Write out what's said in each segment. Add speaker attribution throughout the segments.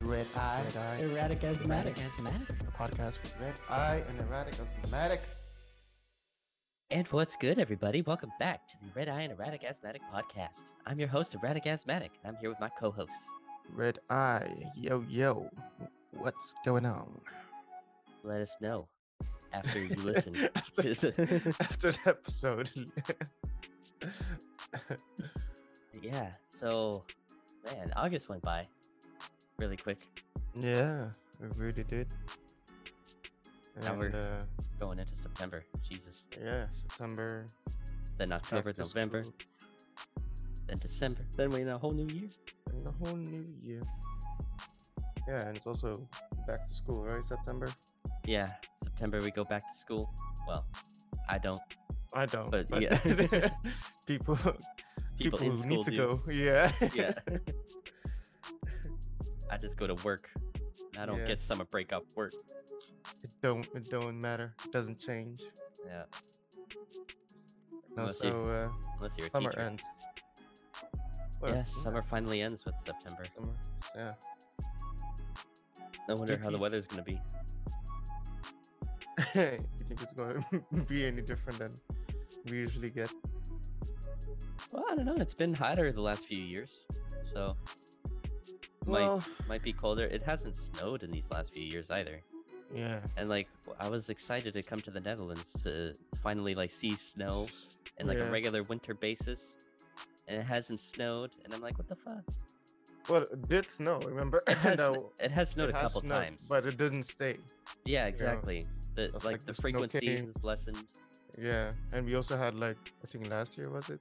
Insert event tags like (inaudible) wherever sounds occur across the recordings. Speaker 1: Red Eye.
Speaker 2: Red Eye.
Speaker 3: Erratic asthmatic.
Speaker 1: Asthmatic.
Speaker 2: A podcast with Red Eye and Erratic Asthmatic.
Speaker 1: And what's good, everybody? Welcome back to the Red Eye and Erratic Asthmatic podcast. I'm your host, Erratic Asthmatic, and I'm here with my co host.
Speaker 2: Red Eye. Yo, yo. What's going on?
Speaker 1: Let us know after
Speaker 2: (laughs)
Speaker 1: you listen.
Speaker 2: after, after the episode. (laughs)
Speaker 1: yeah, so, man, August went by really quick
Speaker 2: yeah, we really did.
Speaker 1: Now we're-
Speaker 2: And, uh,
Speaker 1: going into September. Jesus.
Speaker 2: yeah, September.
Speaker 1: Then
Speaker 2: back
Speaker 1: October,
Speaker 2: to
Speaker 1: November,
Speaker 2: school,
Speaker 1: then December. Then we're in a whole new year.
Speaker 2: And the whole new year. Yeah, and it's also back to school, right? September?
Speaker 1: Yeah, September we go back to school. Well, I don't.
Speaker 2: I don't.
Speaker 1: But yeah.
Speaker 2: people, (laughs) people,
Speaker 1: People, in
Speaker 2: who
Speaker 1: school
Speaker 2: need to
Speaker 1: do.
Speaker 2: go. (laughs) Yeah.
Speaker 1: yeah. I just go to work. and I don't
Speaker 2: Yeah.
Speaker 1: get summer break off work.
Speaker 2: It don't it don't matter. It doesn't change.
Speaker 1: Yeah,
Speaker 2: No,
Speaker 1: Unless you-
Speaker 2: so uh,
Speaker 1: unless you're a
Speaker 2: summer
Speaker 1: teacher.
Speaker 2: ends. Well,
Speaker 1: Yes, summer finally ends with September.
Speaker 2: Summer. Yeah.
Speaker 1: No wonder how the
Speaker 2: teach-
Speaker 1: weather's gonna be.
Speaker 2: (laughs) you think it's going to be any different than we usually get?
Speaker 1: Well, I don't know. It's been hotter the last few years, so Might-
Speaker 2: Well,
Speaker 1: might be colder. It hasn't snowed in these last few years either.
Speaker 2: yeah.
Speaker 1: And like, w- I was excited to come to the Netherlands to finally like see snow and like
Speaker 2: Yeah.
Speaker 1: a regular winter basis. And it hasn't snowed, and I'm like, what the fuck?
Speaker 2: Well, it did snow. Remember?
Speaker 1: (laughs) It
Speaker 2: (laughs)
Speaker 1: has,
Speaker 2: no,
Speaker 1: it has snowed
Speaker 2: it
Speaker 1: a
Speaker 2: has
Speaker 1: couple
Speaker 2: snowed,
Speaker 1: times.
Speaker 2: but it didn't stay.
Speaker 1: Yeah, exactly. The
Speaker 2: That's
Speaker 1: like,
Speaker 2: like
Speaker 1: the
Speaker 2: the snow
Speaker 1: frequency
Speaker 2: king.
Speaker 1: is lessened.
Speaker 2: Yeah, and we also had like I think last year was it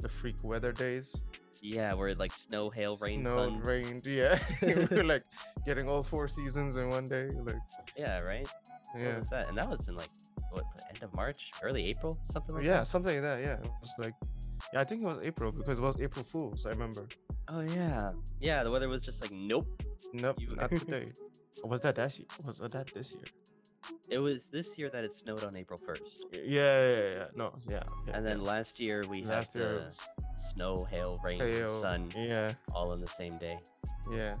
Speaker 2: the freak weather days.
Speaker 1: Yeah, where like snow, hail, rain,
Speaker 2: snow,
Speaker 1: sun. (laughs)
Speaker 2: rained. Yeah, (laughs) we were like getting all four seasons in one day. Like,
Speaker 1: Yeah, right. What
Speaker 2: yeah,
Speaker 1: was that? And that was in like what the end of March, early April, something like
Speaker 2: yeah, something like that. Yeah, it was like, yeah, I think it was April because it was April Fools. I remember.
Speaker 1: that. Oh yeah, yeah. The weather was just like nope.
Speaker 2: Nope,
Speaker 1: You- (laughs)
Speaker 2: not today. Or was that that year? Was that this year?
Speaker 1: It was this year that it snowed on April first,
Speaker 2: Yeah, yeah, yeah. yeah. No, yeah. yeah,
Speaker 1: and then
Speaker 2: yeah.
Speaker 1: last year we
Speaker 2: last
Speaker 1: had
Speaker 2: year,
Speaker 1: the snow, hail, rain,
Speaker 2: it was hail.
Speaker 1: sun
Speaker 2: Yeah,
Speaker 1: all in the same day.
Speaker 2: yeah.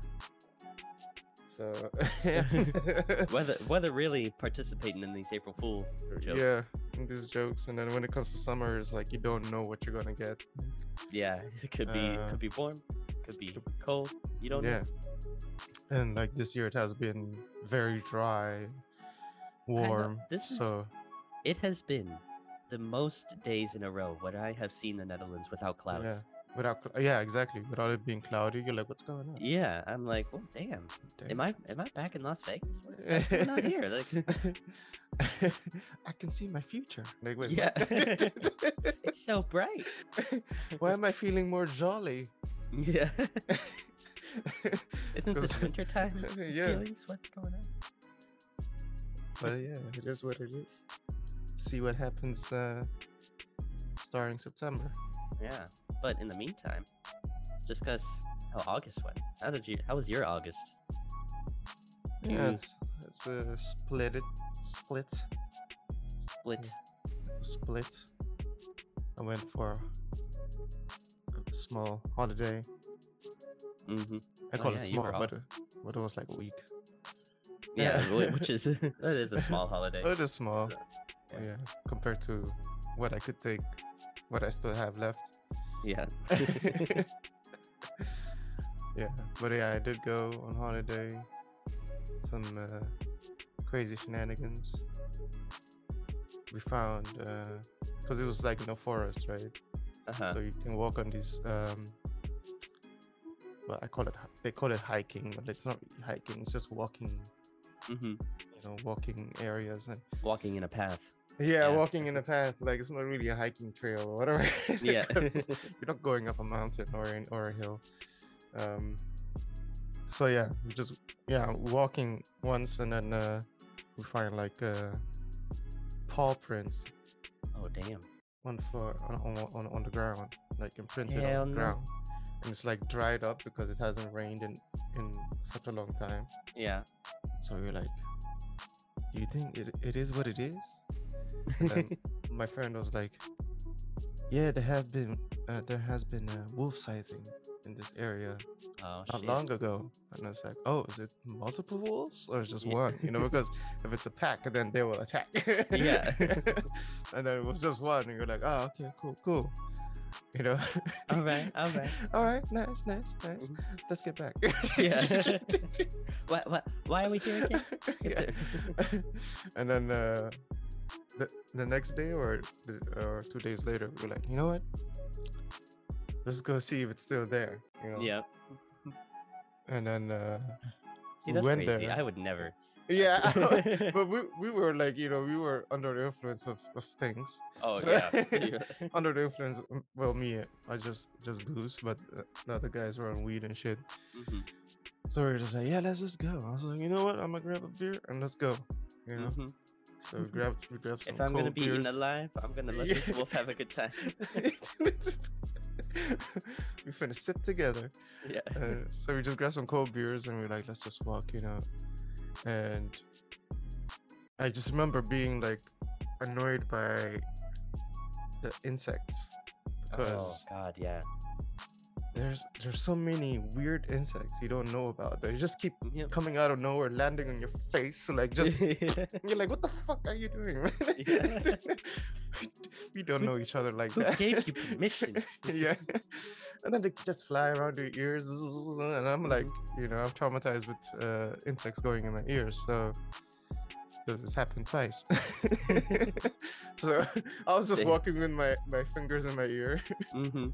Speaker 2: So, (laughs) yeah.
Speaker 1: (laughs)
Speaker 2: (laughs)
Speaker 1: Weather, weather really participating in these April Fool jokes.
Speaker 2: Yeah, and these jokes, and then when it comes to summer, it's like you don't know what you're gonna get.
Speaker 1: Yeah, (laughs) it could be
Speaker 2: Uh,
Speaker 1: could be warm, could be cold. You don't know.
Speaker 2: yeah, and like this year, it has been very dry, warm.
Speaker 1: This is-
Speaker 2: so
Speaker 1: It has been the most days in a row when I have seen the Netherlands without clouds.
Speaker 2: yeah,
Speaker 1: Yeah,
Speaker 2: without cl- yeah, exactly, without it being cloudy, you're like, what's going on?
Speaker 1: I'm like, well, damn.
Speaker 2: Damn. (laughs)
Speaker 1: Am I am I back in Las Vegas? I'm not here. Like,
Speaker 2: I can see my future. Like, wait,
Speaker 1: Yeah.
Speaker 2: what?
Speaker 1: it's so bright.
Speaker 2: (laughs)
Speaker 1: (laughs)
Speaker 2: Why am I feeling more jolly? (laughs)
Speaker 1: Yeah. Isn't this
Speaker 2: 'Cause- (laughs)
Speaker 1: wintertime
Speaker 2: yeah,
Speaker 1: feelings? What's going on?
Speaker 2: but yeah, it is what it is. See what happens uh, starting September.
Speaker 1: Yeah. But in the meantime, let's discuss how August went. How did you? How was your August? Mm,
Speaker 2: Yeah,
Speaker 1: You
Speaker 2: it's it's a split it, split,
Speaker 1: split.
Speaker 2: split. I went for a small holiday.
Speaker 1: hmm
Speaker 2: I
Speaker 1: Oh,
Speaker 2: call
Speaker 1: yeah,
Speaker 2: it
Speaker 1: you were
Speaker 2: small, but but it was like a week.
Speaker 1: Yeah,
Speaker 2: Yeah.
Speaker 1: wh-
Speaker 2: (laughs)
Speaker 1: which is (laughs) that is a small holiday.
Speaker 2: It is small.
Speaker 1: Yeah.
Speaker 2: Yeah. compared to what I could take, what I still have left.
Speaker 1: Yeah.
Speaker 2: (laughs) yeah, but yeah, I did go on holiday. Some uh, crazy shenanigans. We found because it was like in a forest, right?
Speaker 1: Uh-huh.
Speaker 2: So you can walk on these. Um, well, I call it hi- they call it hiking, but it's not really hiking. It's just walking,
Speaker 1: hmm
Speaker 2: you know, walking areas and
Speaker 1: Walking in a
Speaker 2: (laughs)
Speaker 1: path.
Speaker 2: yeah,
Speaker 1: Yeah.
Speaker 2: walking in a path. Like it's not really a hiking trail or whatever. (laughs)
Speaker 1: Yeah.
Speaker 2: 'Cause you're not going up a mountain or an, or a hill. Um. So yeah, we just yeah walking once and then uh, we find like uh, paw prints
Speaker 1: (laughs) Oh damn.
Speaker 2: on for on, on, on, on the ground, like imprinted
Speaker 1: Hell
Speaker 2: on the
Speaker 1: no.
Speaker 2: ground, and it's like dried up because it hasn't rained in in such a long time.
Speaker 1: Yeah.
Speaker 2: So we were like, "Do you think it, it is what it is?" And then my friend was like, uh, "Yeah, there have been uh, there has been a wolf sighting in this area
Speaker 1: (laughs) Oh
Speaker 2: not
Speaker 1: shit.
Speaker 2: long ago. And it's like, oh, is it multiple wolves or is just one? You know,
Speaker 1: (laughs)
Speaker 2: because if it's a pack, then they will attack.
Speaker 1: Yeah.
Speaker 2: (laughs) and then it was just one, and you're like, oh, okay, cool, cool. You know.
Speaker 1: All right,
Speaker 2: (laughs)
Speaker 1: all right.
Speaker 2: All right. Nice. Nice. Nice.
Speaker 1: Mhm.
Speaker 2: Let's get back. (laughs)
Speaker 1: Yeah. What, what, why are we here again?
Speaker 2: yeah. (laughs) and then uh, the the next day or the, or two days later, we're like, you know what? Let's go see if it's still there. You know?
Speaker 1: Yep.
Speaker 2: And then
Speaker 1: (laughs)
Speaker 2: uh,
Speaker 1: See,
Speaker 2: We
Speaker 1: that's
Speaker 2: went
Speaker 1: crazy.
Speaker 2: there.
Speaker 1: I would never.
Speaker 2: (laughs) yeah, (laughs) but we we were like, you know, we were under the influence of, of
Speaker 1: (laughs)
Speaker 2: things.
Speaker 1: (laughs) oh
Speaker 2: So- (laughs)
Speaker 1: yeah. so (laughs) you-
Speaker 2: Under the influence, mm, well, me, I just just booze, but uh, the other guys were on weed and shit.
Speaker 1: Mhm,
Speaker 2: So we were just like, yeah, let's just go. I was like, you know what? I'm gonna grab a beer and let's go. You know,
Speaker 1: mhm.
Speaker 2: so we grabbed we grabbed some
Speaker 1: If I'm gonna
Speaker 2: cold
Speaker 1: be
Speaker 2: beers.
Speaker 1: eaten alive, I'm gonna let
Speaker 2: Yeah. (laughs)
Speaker 1: this wolf have a good time. (laughs)
Speaker 2: we finna sit together.
Speaker 1: yeah.
Speaker 2: Uh, so we just grabbed some cold beers and we we're like, let's just walk, you know. And I just remember being like annoyed by the insects
Speaker 1: Oh
Speaker 2: because
Speaker 1: god, yeah.
Speaker 2: there's there's so many weird insects you don't know about. They just keep
Speaker 1: Yep.
Speaker 2: coming out of nowhere, landing on your face, (laughs) like
Speaker 1: (laughs)
Speaker 2: just. You're like, what the fuck are you doing? (laughs) man?"
Speaker 1: Yeah.
Speaker 2: (laughs) we don't know each other like
Speaker 1: Who
Speaker 2: that. (laughs)
Speaker 1: gave you permission?
Speaker 2: yeah. (laughs) And then they just fly around your ears, and I'm like, you know, I'm traumatized with uh, insects going in my ears, so. 'cause It's happened twice, (laughs) so (laughs) I was just
Speaker 1: Same.
Speaker 2: walking with my my fingers in my ear, (laughs)
Speaker 1: hmm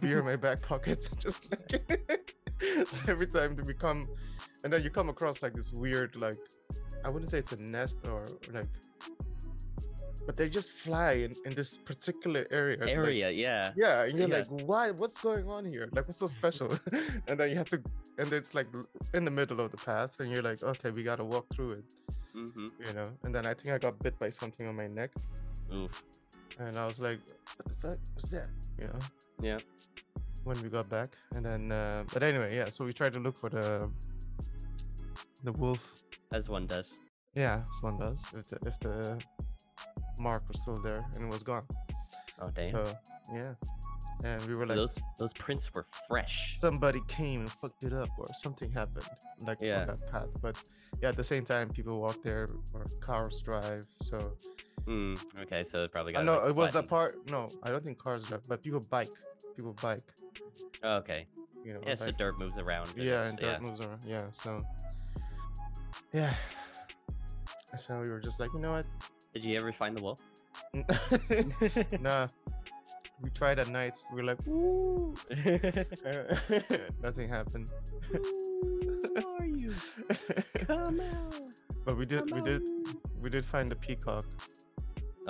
Speaker 2: beer in my back pocket, (laughs) just like (laughs) so every time to become, and then you come across like this weird like, I wouldn't say it's a nest or like, but they just fly in, in this particular area. like,
Speaker 1: Area, yeah.
Speaker 2: yeah, and you're
Speaker 1: Yeah.
Speaker 2: like, why? What's going on here? Like, what's so
Speaker 1: (laughs)
Speaker 2: special? (laughs) and then you have to, and it's like l- in the middle of the path, and you're like, okay, we gotta walk through it,
Speaker 1: hmm
Speaker 2: you know. And then I think I got bit by something on my neck,
Speaker 1: Oof.
Speaker 2: and I was like, what the fuck was that? You know.
Speaker 1: Yeah.
Speaker 2: When we got back, and then, uh, but anyway, yeah. So we tried to look for the the wolf.
Speaker 1: As one does.
Speaker 2: Yeah, as one does. If the, if the mark was still there, and it was gone.
Speaker 1: Oh damn.
Speaker 2: So yeah, and we were
Speaker 1: So
Speaker 2: like,
Speaker 1: those those prints were fresh.
Speaker 2: somebody came and fucked it up or something happened like
Speaker 1: Yeah.
Speaker 2: on that path but yeah at the same time people walk there or cars drive so
Speaker 1: Mm, okay, so it probably
Speaker 2: i
Speaker 1: got.
Speaker 2: know
Speaker 1: like,
Speaker 2: it was the
Speaker 1: flattened.
Speaker 2: part no i don't think cars drive but people bike people bike
Speaker 1: Oh, okay.
Speaker 2: you know
Speaker 1: Yeah, so
Speaker 2: like-
Speaker 1: dirt moves around. and
Speaker 2: yeah
Speaker 1: it's-
Speaker 2: and dirt moves around yeah so yeah so we were just like you know what (laughs)
Speaker 1: Did you ever find the wolf?
Speaker 2: nah we tried at night we were like (laughs)
Speaker 1: (laughs) Ooh.
Speaker 2: "Eh," nothing happened (laughs)
Speaker 1: Who are you? Come out.
Speaker 2: but we did we
Speaker 1: come
Speaker 2: did
Speaker 1: out.
Speaker 2: we did find the peacock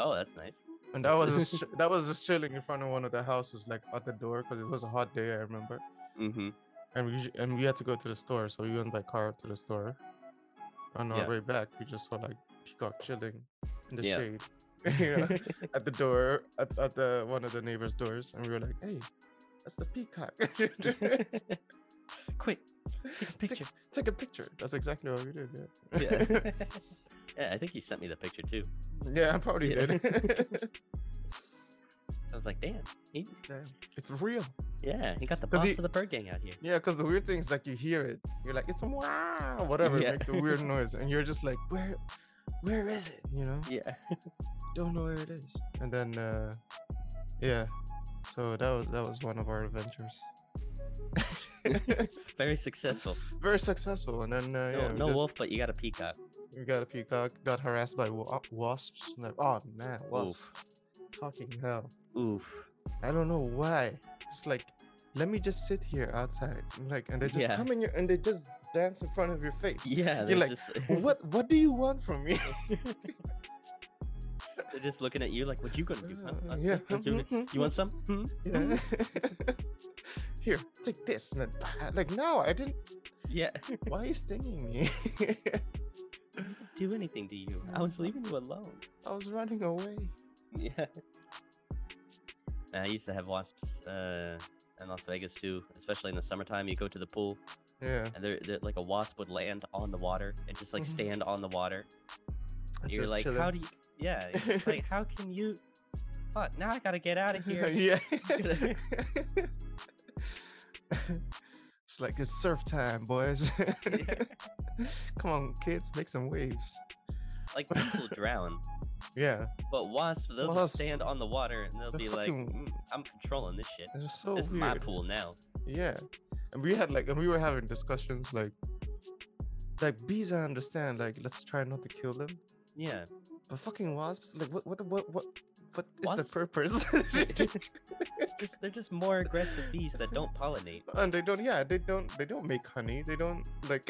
Speaker 1: Oh, that's nice.
Speaker 2: And that was
Speaker 1: (laughs)
Speaker 2: just, ch- that was just chilling in front of one of the houses, like at the door, because it was a hot day. I remember,
Speaker 1: Mm-hmm.
Speaker 2: and we usu- and we had to go to the store, so we went by car to the store. On our
Speaker 1: Yeah.
Speaker 2: way back, we just saw like peacock chilling in the
Speaker 1: Yeah.
Speaker 2: shade, (laughs) you know,
Speaker 1: (laughs)
Speaker 2: at the door, at, at the one of the neighbors' doors, and we were like, "Hey, that's the peacock! (laughs)
Speaker 1: Quick, take a picture.
Speaker 2: Take a picture." That's exactly what we did.
Speaker 1: (laughs) yeah. (laughs)
Speaker 2: Yeah,
Speaker 1: yeah, I think you sent me the picture too.
Speaker 2: (laughs) yeah, I probably
Speaker 1: Yeah. (laughs)
Speaker 2: did. (laughs)
Speaker 1: I was like, damn, he,
Speaker 2: Damn, it's real.
Speaker 1: yeah, he got the
Speaker 2: 'Cause
Speaker 1: boss
Speaker 2: he-
Speaker 1: of the bird gang out here.
Speaker 2: Yeah, because the weird thing is like you hear it, you're like it's a wow, whatever,
Speaker 1: Yeah.
Speaker 2: it makes a
Speaker 1: (laughs)
Speaker 2: weird noise, and you're just like, where, where is it? You know,
Speaker 1: Yeah.
Speaker 2: don't know where it is. And then, uh, yeah, so that was that was one of our adventures.
Speaker 1: (laughs) Very successful.
Speaker 2: Very successful. And then, uh,
Speaker 1: No,
Speaker 2: yeah, we
Speaker 1: no
Speaker 2: just-
Speaker 1: wolf, but you got a peacock.
Speaker 2: we got a peacock, got harassed by wa- wasps. I'm like, oh man, wasps, fucking hell.
Speaker 1: Oof.
Speaker 2: I don't know why. It's like, let me just sit here outside, I'm like, and they just
Speaker 1: Yeah.
Speaker 2: come in your, and they just dance in front of your
Speaker 1: (laughs)
Speaker 2: face.
Speaker 1: Yeah,
Speaker 2: You're
Speaker 1: they're
Speaker 2: like,
Speaker 1: just
Speaker 2: what what do you want from me? (laughs)
Speaker 1: they're just looking at you like, what you gonna do? huh?
Speaker 2: Uh,
Speaker 1: Huh?
Speaker 2: yeah.
Speaker 1: What you, gonna- you want some? Hmm?
Speaker 2: (laughs) Yeah. (laughs) Here, take this. And then, bah, like, no, I didn't.
Speaker 1: (laughs) Yeah.
Speaker 2: Why are you stinging me? (laughs)
Speaker 1: do anything to you. I was leaving you alone.
Speaker 2: I was running away. (laughs)
Speaker 1: Yeah. Man, I used to have wasps uh, in Las Vegas too, especially in the summertime. You go to the pool,
Speaker 2: Yeah.
Speaker 1: and they're, they're like a wasp would land on the water and just like
Speaker 2: Mhm.
Speaker 1: stand on the water.
Speaker 2: I'm
Speaker 1: And you're
Speaker 2: just
Speaker 1: like,
Speaker 2: chilling. (laughs)
Speaker 1: how do you? Yeah, you're just like how can you? Fuck!
Speaker 2: (laughs)
Speaker 1: Now I gotta get out of here.
Speaker 2: yeah.
Speaker 1: Gonna-
Speaker 2: It's It's like it's surf time,
Speaker 1: (laughs)
Speaker 2: boys. (laughs) Come on, kids, make some waves.
Speaker 1: Like people drown,
Speaker 2: Yeah,
Speaker 1: but wasps they'll just
Speaker 2: Wasps,
Speaker 1: stand on the water and they'll
Speaker 2: they're
Speaker 1: be like,
Speaker 2: fucking-
Speaker 1: "Mm, "I'm controlling this shit.
Speaker 2: it's so
Speaker 1: this is
Speaker 2: weird.
Speaker 1: my pool now."
Speaker 2: Yeah, and we had like, and we were having discussions like, like bees. I understand. Like, let's try not to kill them.
Speaker 1: Yeah,
Speaker 2: But fucking wasps. Like, what, what, what, what, what is
Speaker 1: Wasps-
Speaker 2: the purpose?
Speaker 1: (laughs) just, they're just more aggressive bees that don't pollinate.
Speaker 2: and they don't. Yeah, they don't. They don't make honey. They don't like.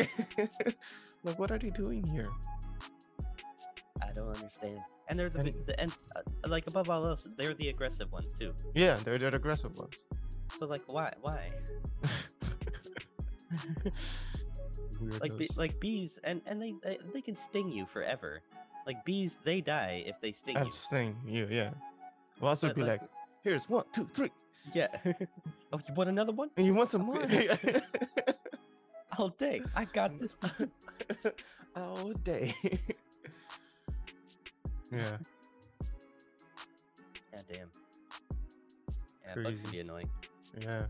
Speaker 2: (laughs) like, what are they doing here?
Speaker 1: I don't understand. And they're the, big-
Speaker 2: And-
Speaker 1: the and uh, like above all else, they're the aggressive ones too.
Speaker 2: Yeah, they're they're the aggressive ones. (laughs)
Speaker 1: So like, why, why? like be,
Speaker 2: Weirdos.
Speaker 1: like bees and and they, they they can sting you forever like bees they die if they sting
Speaker 2: I'm saying you, yeah. We'll also
Speaker 1: But,
Speaker 2: be
Speaker 1: like-
Speaker 2: like, here's one, two, three,
Speaker 1: you yeah (laughs) oh you want another one
Speaker 2: and you want some
Speaker 1: (laughs)
Speaker 2: more? (laughs)
Speaker 1: all day i got this one.
Speaker 2: All day. (laughs) yeah,
Speaker 1: yeah damn yeah bugs can
Speaker 2: Crazy.
Speaker 1: be annoying
Speaker 2: yeah.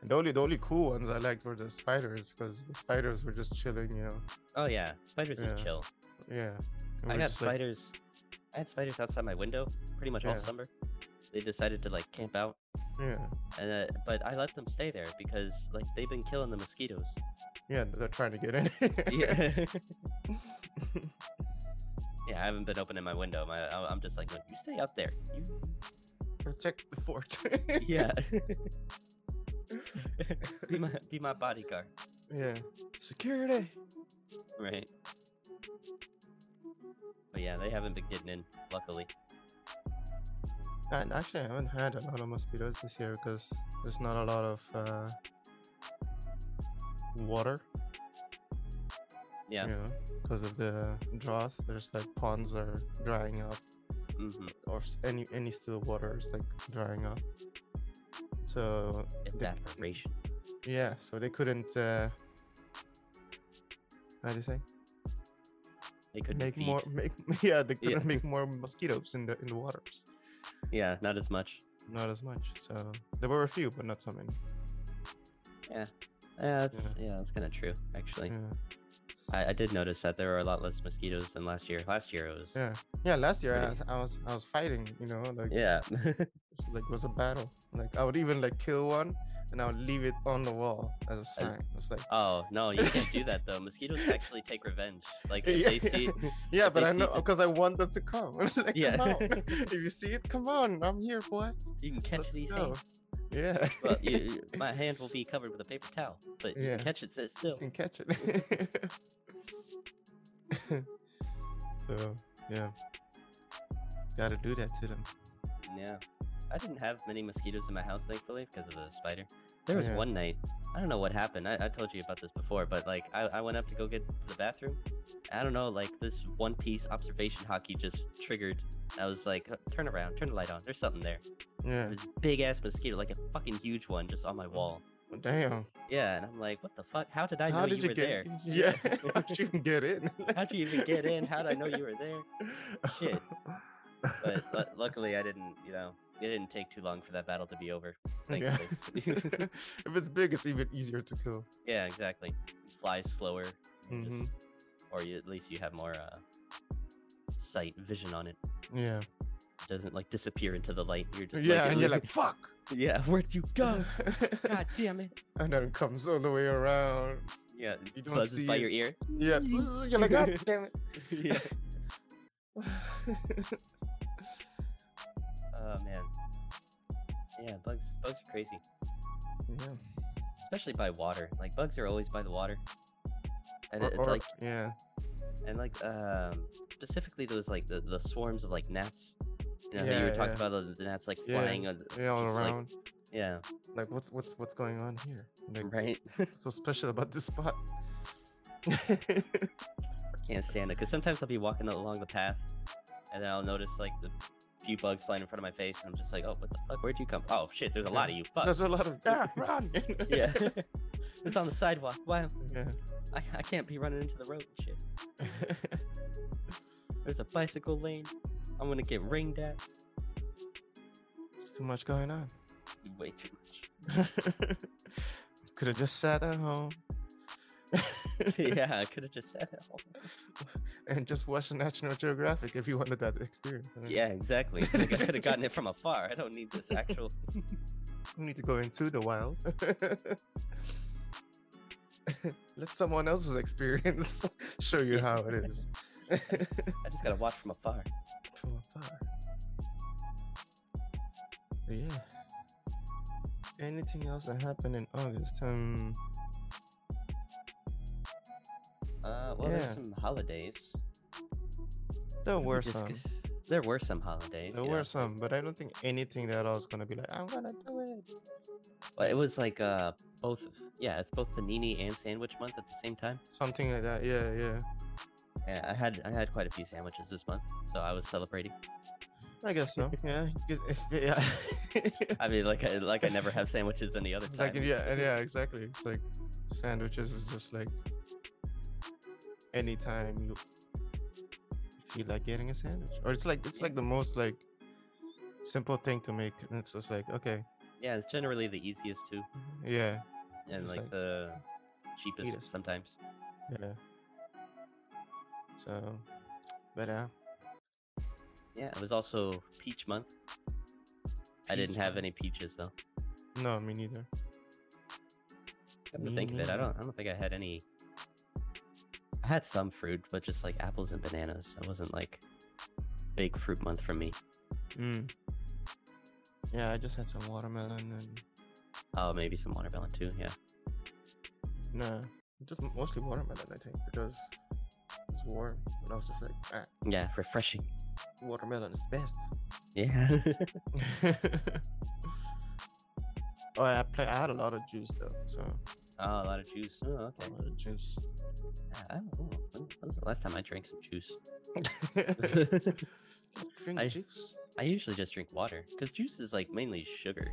Speaker 2: And the only the only cool ones I liked were the spiders because the spiders were just chilling, you know.
Speaker 1: oh yeah spiders
Speaker 2: Yeah.
Speaker 1: just chill
Speaker 2: Yeah. and
Speaker 1: i
Speaker 2: we're
Speaker 1: got
Speaker 2: just like-
Speaker 1: spiders i had spiders outside my window pretty much all
Speaker 2: Yeah.
Speaker 1: summer they decided to like camp out
Speaker 2: yeah,
Speaker 1: and uh, but i let them stay there because like they've been killing the mosquitoes
Speaker 2: yeah. They're trying to get in.
Speaker 1: yeah yeah i haven't been opening my window my, I- i'm just like "Look, you stay up there you
Speaker 2: (laughs) Protect the fort. (laughs)
Speaker 1: Yeah. (laughs) be my be my bodyguard.
Speaker 2: yeah. Security.
Speaker 1: Right. But yeah, they haven't been getting in, luckily.
Speaker 2: And actually, I haven't had a lot of mosquitoes this year because there's not a lot of uh, water.
Speaker 1: Yeah.
Speaker 2: You know, because of the drought, there's like ponds are drying up,
Speaker 1: Mm-hmm.
Speaker 2: or s- any any still water is like drying up. So
Speaker 1: Evaporation.
Speaker 2: yeah, so they couldn't. Uh, how do you say?
Speaker 1: They could
Speaker 2: make
Speaker 1: make
Speaker 2: more. Make (laughs) yeah, they
Speaker 1: Yeah.
Speaker 2: couldn't make more mosquitoes in the in the waters.
Speaker 1: Yeah, not as much.
Speaker 2: Not as much. So there were a few, but not so many.
Speaker 1: Yeah, that's yeah, that's kind of true. Actually,
Speaker 2: Yeah.
Speaker 1: I, I did notice that there were a lot less mosquitoes than last year. Last year it was
Speaker 2: Yeah, yeah. Last year I
Speaker 1: Pretty-
Speaker 2: was, I was I was fighting, you know, like
Speaker 1: yeah.
Speaker 2: like it was a battle. Like I would even like kill one, and I would leave it on the wall as a sign. It's like
Speaker 1: oh no, you can't do that
Speaker 2: (laughs)
Speaker 1: though. Mosquitoes actually take revenge. Like (laughs) if
Speaker 2: yeah,
Speaker 1: they see
Speaker 2: (laughs) yeah,
Speaker 1: if
Speaker 2: but
Speaker 1: they
Speaker 2: I
Speaker 1: see
Speaker 2: know
Speaker 1: the-
Speaker 2: because I want them to come. (laughs) like,
Speaker 1: Yeah.
Speaker 2: come
Speaker 1: (laughs)
Speaker 2: on. if you see it, come on, I'm here, boy.
Speaker 1: you
Speaker 2: (laughs)
Speaker 1: can catch
Speaker 2: Let's
Speaker 1: these
Speaker 2: go.
Speaker 1: things.
Speaker 2: Yeah,
Speaker 1: Well, you,
Speaker 2: (laughs)
Speaker 1: you- my hand will be covered with a paper towel, but you
Speaker 2: Yeah.
Speaker 1: can catch it sit still.
Speaker 2: and catch it. (laughs) so yeah, gotta do that to them.
Speaker 1: Yeah. I didn't have many mosquitoes in my house, thankfully, because of the spider. There was
Speaker 2: Yeah.
Speaker 1: one night, I don't know what happened. I, I told you about this before, but like I, I went up to go get to the bathroom. I don't know, like this one piece observation hockey just triggered. I was like, "Uh, turn around, turn the light on. There's something there.
Speaker 2: Yeah,
Speaker 1: There was a big ass mosquito, like a fucking huge one, just
Speaker 2: Mm.
Speaker 1: on my wall.
Speaker 2: damn.
Speaker 1: Yeah, and I'm like, what the fuck? How did I
Speaker 2: How
Speaker 1: know
Speaker 2: did
Speaker 1: you
Speaker 2: you
Speaker 1: were
Speaker 2: get?
Speaker 1: there?
Speaker 2: (laughs) Yeah,
Speaker 1: (laughs)
Speaker 2: how did you even get in?
Speaker 1: How'd you even get in? How'd I know you were there? Shit. But lu luckily, I didn't. You know, it didn't take too long for that battle to be over.
Speaker 2: (laughs) Yeah.
Speaker 1: Thankfully.
Speaker 2: (laughs) if it's big, it's even easier to kill.
Speaker 1: (laughs) Yeah, exactly. You fly slower, and just-
Speaker 2: Mhm.
Speaker 1: or you, at least you have more uh, sight vision on it.
Speaker 2: Yeah.
Speaker 1: It doesn't like disappear into the light. You're just
Speaker 2: yeah,
Speaker 1: like,
Speaker 2: and you're
Speaker 1: look-
Speaker 2: like, fuck.
Speaker 1: (laughs) yeah, where'd you
Speaker 2: (laughs)
Speaker 1: go?
Speaker 2: and
Speaker 1: God damn it!
Speaker 2: then it comes all the way around.
Speaker 1: Yeah,
Speaker 2: You don't
Speaker 1: buzzes
Speaker 2: see
Speaker 1: by
Speaker 2: it.
Speaker 1: your
Speaker 2: (laughs)
Speaker 1: ear.
Speaker 2: Yeah. You're like, god damn
Speaker 1: (sighs)
Speaker 2: it. (laughs)
Speaker 1: yeah. Oh man. Yeah, bugs. Bugs are crazy,
Speaker 2: yeah.
Speaker 1: especially by water. Like bugs are always by the water, and
Speaker 2: Or-
Speaker 1: it, it's
Speaker 2: or-
Speaker 1: like
Speaker 2: yeah.
Speaker 1: and like um specifically those like the, the swarms of like gnats. You know, how you
Speaker 2: Yeah,
Speaker 1: were talking
Speaker 2: yeah.
Speaker 1: about the, the gnats like
Speaker 2: Yeah,
Speaker 1: flying on,
Speaker 2: Yeah, all
Speaker 1: just, like-
Speaker 2: around.
Speaker 1: yeah,
Speaker 2: Like, what's what's what's going on here? Like,
Speaker 1: (laughs) right.
Speaker 2: what's (laughs) so special about this
Speaker 1: (laughs)
Speaker 2: spot?
Speaker 1: Can't stand it because sometimes I'll be walking along the path, and then I'll notice like the few bugs flying in front of my face, and I'm just like, oh, what the fuck? Where'd you come? Oh shit, there's a lot of you. Fuck.
Speaker 2: There's a lot of ah, (laughs) run.
Speaker 1: (laughs)
Speaker 2: (laughs)
Speaker 1: yeah. (laughs) it's on the sidewalk. Wow. (laughs)
Speaker 2: yeah.
Speaker 1: I, I can't be running into the road and shit. There's a bicycle lane. I'm gonna get ringed at.
Speaker 2: (laughs) Just too much going on.
Speaker 1: Way too much.
Speaker 2: Could have just sat at home
Speaker 1: (laughs) yeah, I could have just said it. all.
Speaker 2: and just watched National Geographic if you wanted that experience. I don't
Speaker 1: (laughs) Yeah, exactly. Like, I could have gotten it from afar. I don't need this actual.
Speaker 2: You need to go into the wild. (laughs) Let someone else's experience (laughs) show you how it is. (laughs)
Speaker 1: I just gotta watch from afar.
Speaker 2: From afar. But yeah. Anything else that happened in August? Um,
Speaker 1: Uh, well,
Speaker 2: Yeah.
Speaker 1: there's some holidays.
Speaker 2: there
Speaker 1: We
Speaker 2: were
Speaker 1: just
Speaker 2: some.
Speaker 1: g- There were some holidays.
Speaker 2: There
Speaker 1: you
Speaker 2: were
Speaker 1: know.
Speaker 2: some, but I don't think anything that I was gonna be like, I'm gonna do it.
Speaker 1: Well, it was like uh both. Yeah, it's both panini and sandwich month at the same time.
Speaker 2: Something like that. Yeah, yeah.
Speaker 1: Yeah, I had I had quite a few sandwiches this month, so I was celebrating.
Speaker 2: I guess (laughs) so. Yeah. 'cause If, yeah. (laughs)
Speaker 1: I mean, like I like I never have sandwiches any other
Speaker 2: It's
Speaker 1: time.
Speaker 2: like yeah, and yeah, exactly. It's like sandwiches is just like anytime you feel like getting a sandwich, or it's like it's like the most like simple thing to make, and it's just like okay,
Speaker 1: Yeah, it's generally the easiest too,
Speaker 2: yeah,
Speaker 1: and
Speaker 2: It's
Speaker 1: like
Speaker 2: like,
Speaker 1: the
Speaker 2: it.
Speaker 1: cheapest sometimes.
Speaker 2: yeah. So, but uh,
Speaker 1: Yeah, it was also peach month. I
Speaker 2: peach
Speaker 1: didn't have
Speaker 2: juice.
Speaker 1: any peaches though.
Speaker 2: No, me neither.
Speaker 1: Come to
Speaker 2: Me
Speaker 1: think of it, I
Speaker 2: neither.
Speaker 1: don't. I don't think I had any. I had some fruit, but just like apples and bananas. It wasn't like big fruit month for me.
Speaker 2: Mm. Yeah, I just had some watermelon and
Speaker 1: Oh, maybe some watermelon too. Yeah.
Speaker 2: no, just mostly watermelon. I think because it's warm, and I was just like, ah,
Speaker 1: Yeah, refreshing.
Speaker 2: watermelon is the best.
Speaker 1: (laughs) Yeah.
Speaker 2: oh, (laughs) I play. I had a lot of juice though. So
Speaker 1: oh, a lot of juice. Oh, okay.
Speaker 2: a lot of (laughs) juice.
Speaker 1: Yeah, I don't know. When, when was the last time I drank some juice?
Speaker 2: Drink
Speaker 1: I-
Speaker 2: juice.
Speaker 1: I usually just drink water because juice is like mainly sugar.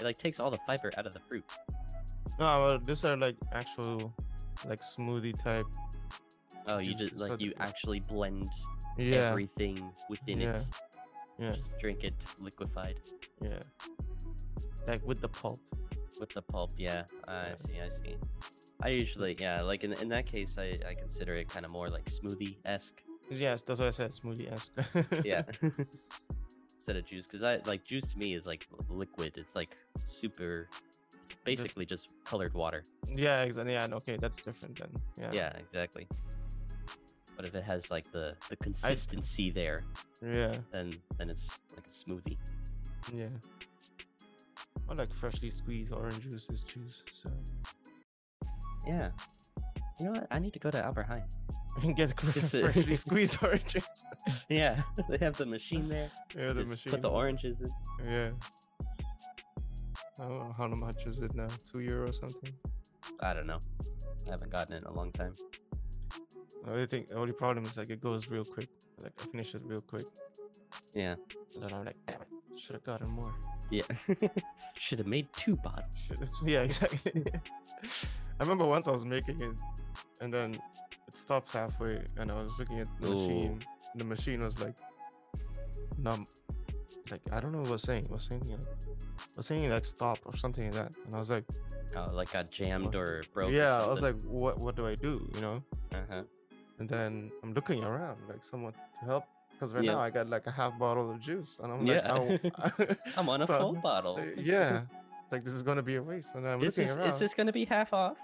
Speaker 1: It like takes all the fiber out of the fruit.
Speaker 2: No, well, these are like actual, like smoothie type.
Speaker 1: Oh, you
Speaker 2: Juice
Speaker 1: just
Speaker 2: is
Speaker 1: like
Speaker 2: not
Speaker 1: you
Speaker 2: good.
Speaker 1: actually blend
Speaker 2: Yeah,
Speaker 1: everything within it.
Speaker 2: Yeah.
Speaker 1: Just drink it liquefied
Speaker 2: yeah. Like with the pulp.
Speaker 1: with the pulp. Yeah, I
Speaker 2: Yeah.
Speaker 1: see. I see. I usually, yeah, like in, in that case, I, I consider it kind of more like smoothie esque.
Speaker 2: Yes, that's what I said. Smoothie esque.
Speaker 1: Yeah. (laughs) Instead of juice, because I like juice to me is like l- liquid. It's like super. It's basically just, colored water.
Speaker 2: (laughs) yeah. Exactly. Yeah. Okay, that's different then. Yeah.
Speaker 1: Yeah, exactly. But if it has like the the consistency there,
Speaker 2: Yeah.
Speaker 1: then then it's like a smoothie.
Speaker 2: Yeah. Or like freshly squeezed orange juice is juice. So (laughs)
Speaker 1: Yeah. You know what? I need to go to Albert Heijn.
Speaker 2: I can get
Speaker 1: It's
Speaker 2: (laughs)
Speaker 1: a-
Speaker 2: freshly squeezed oranges.
Speaker 1: Yeah, (laughs) they have the machine there.
Speaker 2: (laughs) Yeah, the
Speaker 1: Just
Speaker 2: machine.
Speaker 1: Put the oranges in.
Speaker 2: Yeah. I don't know how much is it now? Two euro or something?
Speaker 1: I don't know. I haven't gotten it in a long time.
Speaker 2: The only thing, the only problem is like it goes real quick. Like I finish it real quick, (laughs)
Speaker 1: Yeah.
Speaker 2: and then I'm like, damn it, should have gotten more. (laughs)
Speaker 1: Yeah. Should have made two bottles.
Speaker 2: Should yeah, (laughs) exactly. I remember once I was making it, and then it stopped halfway, and I was looking at the
Speaker 1: Ooh.
Speaker 2: machine. The machine was like, numb. Like I don't know what it was saying. It was saying like, it was saying like stop or something like that, and I was like,
Speaker 1: Oh, like got jammed or broke. or
Speaker 2: yeah, I was
Speaker 1: something.
Speaker 2: like, what? What do I do? You know?
Speaker 1: uh-huh.
Speaker 2: And then I'm looking around, like someone to help, because right
Speaker 1: Yeah.
Speaker 2: now I got like a half bottle of juice, and I'm
Speaker 1: Yeah.
Speaker 2: like, I w- I-
Speaker 1: (laughs) I'm on
Speaker 2: (laughs)
Speaker 1: a
Speaker 2: so-
Speaker 1: full bottle.
Speaker 2: uh, yeah, like this is gonna be a waste. And I'm
Speaker 1: Is
Speaker 2: looking
Speaker 1: (laughs) this,
Speaker 2: around.
Speaker 1: is this gonna be half off?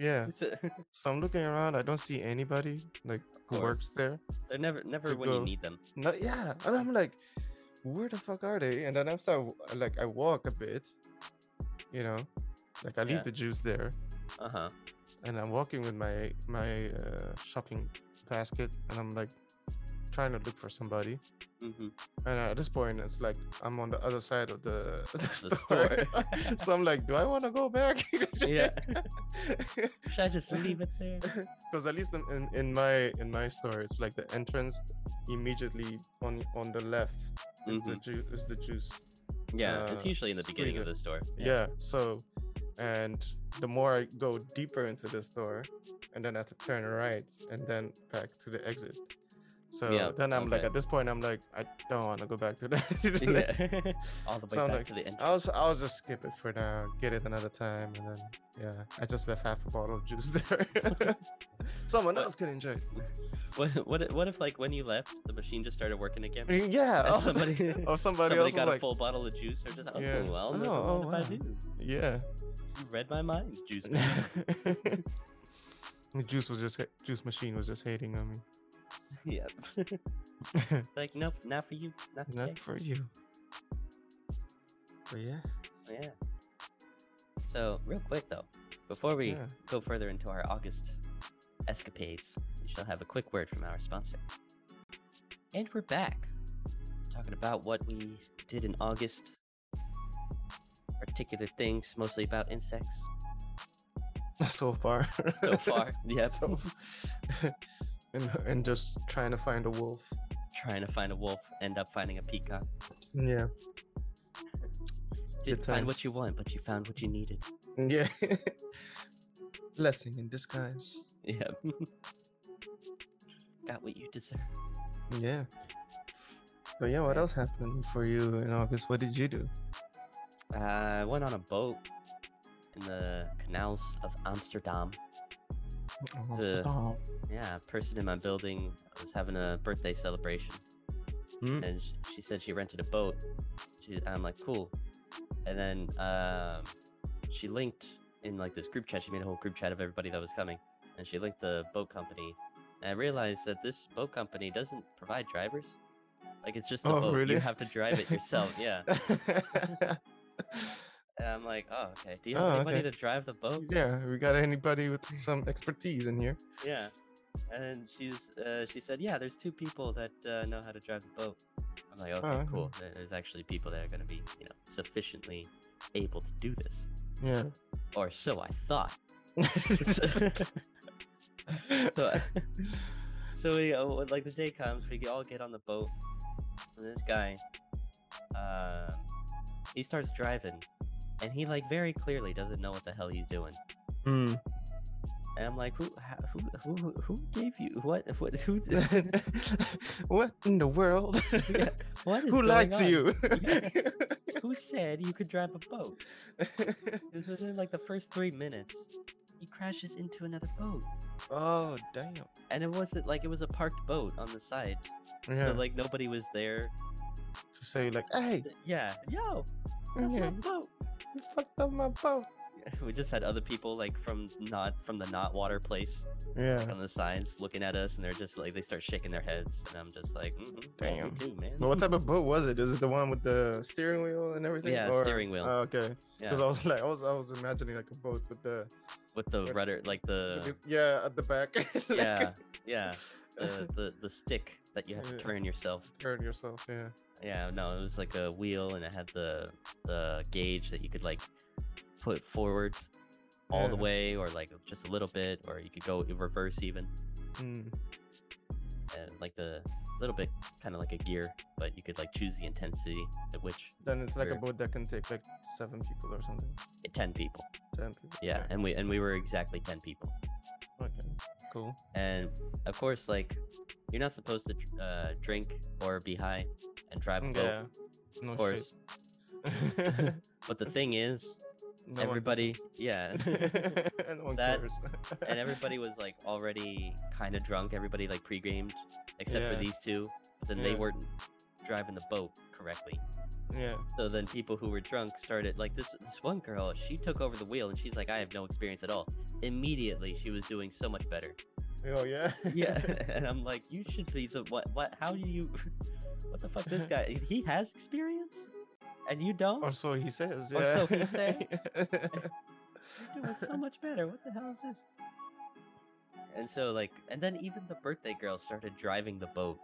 Speaker 2: Yeah,
Speaker 1: Is it- (laughs)
Speaker 2: so I'm looking around. I don't see anybody like who
Speaker 1: course.
Speaker 2: works there.
Speaker 1: They're never never
Speaker 2: To
Speaker 1: when
Speaker 2: go.
Speaker 1: you need them.
Speaker 2: No, yeah, and I'm like, where the fuck are they? And then I start w- like I walk a bit, you know, like I leave
Speaker 1: Yeah.
Speaker 2: the juice there,
Speaker 1: Uh huh.
Speaker 2: and I'm walking with my my uh, shopping basket, and I'm like trying to look for somebody.
Speaker 1: hmm
Speaker 2: And at this point, it's like I'm on the other side of the, (laughs) the, store.
Speaker 1: The store.
Speaker 2: (laughs) so I'm like, do I want to go back? (laughs)
Speaker 1: Yeah. Should I just leave it
Speaker 2: (laughs)
Speaker 1: there?
Speaker 2: Because at least in, in, in my in my store, it's like the entrance immediately on on the left is the juice is the juice.
Speaker 1: Mm-hmm. Yeah,
Speaker 2: Uh,
Speaker 1: it's usually in the beginning of
Speaker 2: squeeze
Speaker 1: the store.
Speaker 2: Yeah. So, and the more I go deeper into the store, and then I have to turn right and then back to the exit. So
Speaker 1: Yeah,
Speaker 2: then I'm like,
Speaker 1: okay.
Speaker 2: at this point, I'm like, I don't want to go back to that.
Speaker 1: (laughs) Yeah. (laughs) All the way
Speaker 2: So I'm
Speaker 1: back
Speaker 2: like, uh,
Speaker 1: to the end.
Speaker 2: I'll s- I'll just skip it for now. Get it another time, and then yeah, I just left half a bottle of juice (laughs) there. Someone
Speaker 1: But-
Speaker 2: else could enjoy. it.
Speaker 1: What, what, if- what if like when you left, the machine just started working again?
Speaker 2: (laughs) I mean, Yeah,
Speaker 1: And
Speaker 2: I was-
Speaker 1: somebody,
Speaker 2: (laughs) or somebody,
Speaker 1: somebody
Speaker 2: else
Speaker 1: got
Speaker 2: was
Speaker 1: a
Speaker 2: like,
Speaker 1: full bottle of juice. They're just, oh,
Speaker 2: Yeah.
Speaker 1: well,
Speaker 2: Oh,
Speaker 1: never
Speaker 2: oh,
Speaker 1: mind if I
Speaker 2: wow.
Speaker 1: do. (laughs)
Speaker 2: yeah.
Speaker 1: You read my mind,
Speaker 2: (laughs)
Speaker 1: juice. man. (laughs)
Speaker 2: the juice was just ha- juice machine was just hating on me.
Speaker 1: yeah.
Speaker 2: (laughs)
Speaker 1: Like, nope, not for you. Not today.
Speaker 2: Not for you. But yeah,
Speaker 1: Oh, Yeah. So, real quick though, before we
Speaker 2: yeah. (laughs)
Speaker 1: go further into our August escapades, we shall have a quick word from our sponsor. And we're back talking about what we did in August. Particular things, mostly about insects
Speaker 2: so far.
Speaker 1: so
Speaker 2: (laughs)
Speaker 1: far. Yep.
Speaker 2: so, (laughs) and and just trying to find a wolf.
Speaker 1: Trying to find a wolf, end up finding a peacock.
Speaker 2: Yeah.
Speaker 1: Didn't find what
Speaker 2: times.
Speaker 1: you want, but you found what you needed.
Speaker 2: Yeah. (laughs) Blessing in disguise.
Speaker 1: Yeah. (laughs) Got what you deserve.
Speaker 2: Yeah. But yeah, what
Speaker 1: Yeah.
Speaker 2: else happened for you in August? What did you do?
Speaker 1: Uh, I went on a boat in the canals of Amsterdam. The- Yeah, a person in my building was having a birthday celebration,
Speaker 2: Mm.
Speaker 1: and sh- she said she rented a boat. She, I'm like, cool. And then um, she linked in like this group chat. She made a whole group chat of everybody that was coming, and she linked the boat company. And I realized that this boat company doesn't provide drivers. Like it's just a
Speaker 2: Oh,
Speaker 1: boat.
Speaker 2: really?
Speaker 1: You have to drive it
Speaker 2: (laughs)
Speaker 1: yourself. Yeah. And I'm like, oh, okay. Do you have
Speaker 2: Oh,
Speaker 1: anybody
Speaker 2: okay.
Speaker 1: to drive the boat?
Speaker 2: (laughs) yeah, we got anybody with some expertise in here.
Speaker 1: Yeah. And she's uh, she said, yeah, there's two people that uh, know how to drive the boat. I'm like, okay,
Speaker 2: Oh, okay.
Speaker 1: cool. There- There's actually people that are going to be, you know, sufficiently able to do this, (laughs)
Speaker 2: Yeah.
Speaker 1: or so I thought. So, (laughs)
Speaker 2: so,
Speaker 1: so we uh, when, like the day comes, we all get on the boat, and this guy, um, he starts driving, and he like very clearly doesn't know what the hell he's doing. Hmm. And I'm like, who, ha- who, who, who- who gave you what, what, who,
Speaker 2: (laughs)
Speaker 1: (laughs)
Speaker 2: what in the world? (laughs)
Speaker 1: what is
Speaker 2: Who lied
Speaker 1: going
Speaker 2: to
Speaker 1: on?
Speaker 2: you?
Speaker 1: Yeah. Who said you could drive a boat? Because within like the first three minutes, he crashes into another boat,
Speaker 2: (laughs) oh damn!
Speaker 1: and it wasn't like it was a parked boat on the side,
Speaker 2: Yeah.
Speaker 1: so like nobody was there.
Speaker 2: to say like, hey,
Speaker 1: Th- Yeah, yo, that's
Speaker 2: yeah,
Speaker 1: my boat. (laughs)
Speaker 2: you fucked up my boat.
Speaker 1: We just had other people like from not from the not water place
Speaker 2: Yeah.
Speaker 1: on the signs looking at us, and they're just like they start shaking their heads, and I'm just like, mm
Speaker 2: Damn.
Speaker 1: too, man.
Speaker 2: But (laughs) what type of boat was it? Is it the one with the steering wheel and everything?
Speaker 1: Yeah,
Speaker 2: Or-
Speaker 1: steering wheel.
Speaker 2: Oh, okay.
Speaker 1: yeah,
Speaker 2: Because I was like, I was, I was imagining like a boat with the,
Speaker 1: with the
Speaker 2: with-
Speaker 1: rudder, like
Speaker 2: with
Speaker 1: the
Speaker 2: (laughs) the- yeah, at the back. like,
Speaker 1: yeah, yeah, the the, the stick that you have to
Speaker 2: Yeah.
Speaker 1: turn yourself.
Speaker 2: Turn yourself. Yeah.
Speaker 1: Yeah, no, it was like a wheel, and it had the the gauge that you could like put forward all the
Speaker 2: Yeah.
Speaker 1: way, or like just a little bit, or you could go in reverse even,
Speaker 2: Mm.
Speaker 1: and like the little bit kind of like a gear, but you could like choose the intensity at which
Speaker 2: Then it's like a
Speaker 1: Sure.
Speaker 2: boat that can take like seven people or something.
Speaker 1: eh, ten people.
Speaker 2: Ten people.
Speaker 1: Yeah, and we and we were exactly ten people,
Speaker 2: Okay. okay. Cool.
Speaker 1: and of course like you're not supposed to dr- uh, drink or be high and drive a
Speaker 2: Hmm,
Speaker 1: boat,
Speaker 2: Yeah. oh, No (laughs)
Speaker 1: of course.
Speaker 2: shit.
Speaker 1: But the thing is,
Speaker 2: No one
Speaker 1: everybody, yeah.
Speaker 2: cares. (laughs) no one
Speaker 1: That-
Speaker 2: cares.
Speaker 1: and everybody was like already kind of drunk. Everybody like pre-gamed, except for
Speaker 2: Yeah.
Speaker 1: these two. But then they
Speaker 2: Yeah.
Speaker 1: weren't driving the boat correctly.
Speaker 2: (laughs) Yeah.
Speaker 1: So then people who were drunk started like this. This one girl, she took over the wheel, and she's like, "I have no experience at all." Immediately, she was doing so much better.
Speaker 2: Oh (laughs) yeah.
Speaker 1: Yeah, (laughs) and I'm like, "You should be the what? What? How do you? (laughs) What the fuck? This guy,
Speaker 2: (laughs)
Speaker 1: he has experience, and you
Speaker 2: (laughs)
Speaker 1: don't.
Speaker 2: or so he says. Yeah.
Speaker 1: Or so he said.
Speaker 2: (laughs) yeah.
Speaker 1: You're doing so much better. What the hell is this?" And so like, and then even the birthday girl started driving the boat.